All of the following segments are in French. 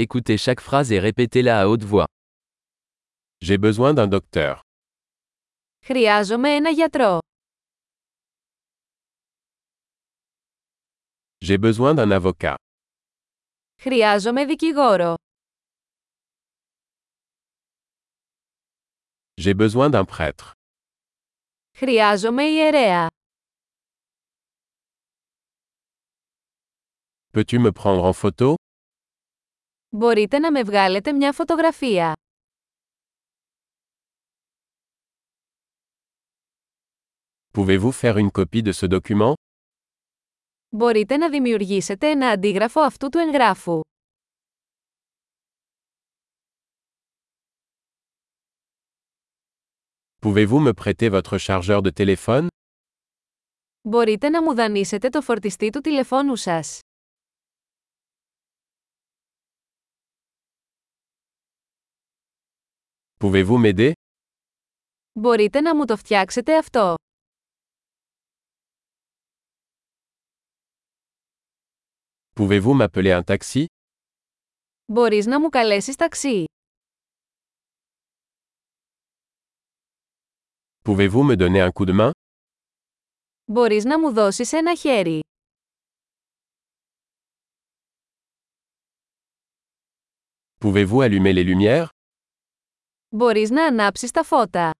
Écoutez chaque phrase et répétez-la à haute voix. J'ai besoin d'un docteur. Χρειάζομαι ένα γιατρό. J'ai besoin d'un avocat. Χρειάζομαι δικηγόρο. J'ai besoin d'un prêtre. Χρειάζομαι ιερέα. Peux-tu me prendre en photo Μπορείτε να με βγάλετε μια φωτογραφία. Pouvez-vous faire une copie de ce document Μπορείτε να δημιουργήσετε ένα αντίγραφο αυτού του εγγράφου. Pouvez-vous me prêter votre chargeur de téléphone Μπορείτε να μου δανείσετε το φορτιστή του τηλεφώνου σας. Pouvez-vous m'aider Μπορείτε να μου το φτιάξετε αυτό. Pouvez-vous m'appeler un taxi Μπορείς να μου καλέσεις ταξί. Pouvez-vous me donner un coup de main Μπορείς να μου δώσεις ένα χέρι. Pouvez-vous allumer les lumières Μπορείς να ανάψεις τα φώτα.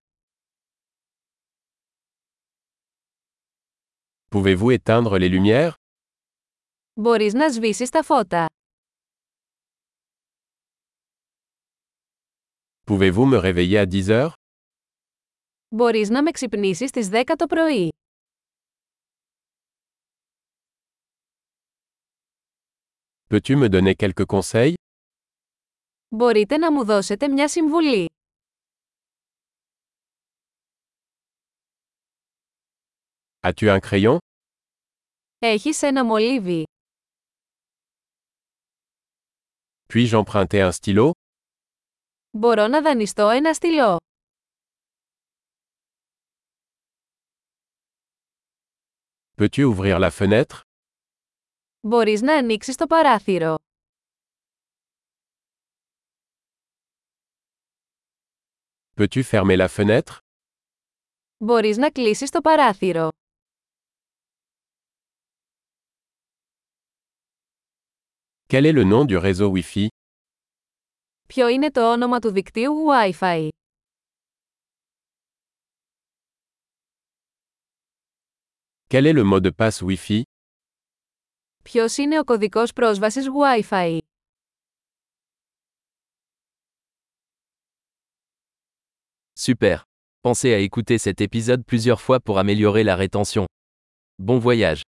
Pouvez-vous éteindre les lumières Μπορείς να σβήσεις τα φώτα. Pouvez-vous me réveiller à 10 heures Μπορείς να με ξυπνήσεις στις 10 το πρωί. Peux-tu me donner quelques conseils Μπορείτε να μου δώσετε μια συμβουλή. As-tu un crayon Έχεις ένα μολύβι. Puis-je emprunter un stylo Μπορώ να δανειστώ ένα στυλό. Peux-tu ouvrir la fenêtre Μπορείς να ανοίξεις το παράθυρο. Peux-tu fermer la fenêtre Μπορείς να κλείσεις το παράθυρο. Quel est le nom du réseau Wi-Fi Ποιο είναι το όνομα του δικτύου Wi-Fi. Quel est le mot de passe Wi-Fi Ποιος είναι ο κωδικός πρόσβασης Wi-Fi. Super. Pensez à écouter cet épisode plusieurs fois pour améliorer la rétention. Bon voyage.